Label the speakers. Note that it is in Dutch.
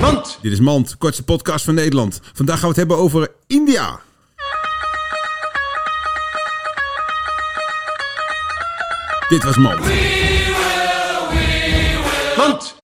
Speaker 1: Mand!
Speaker 2: Dit is Mand, kortste podcast van Nederland. Vandaag gaan we het hebben over India. Dit was Mand.
Speaker 1: Mand!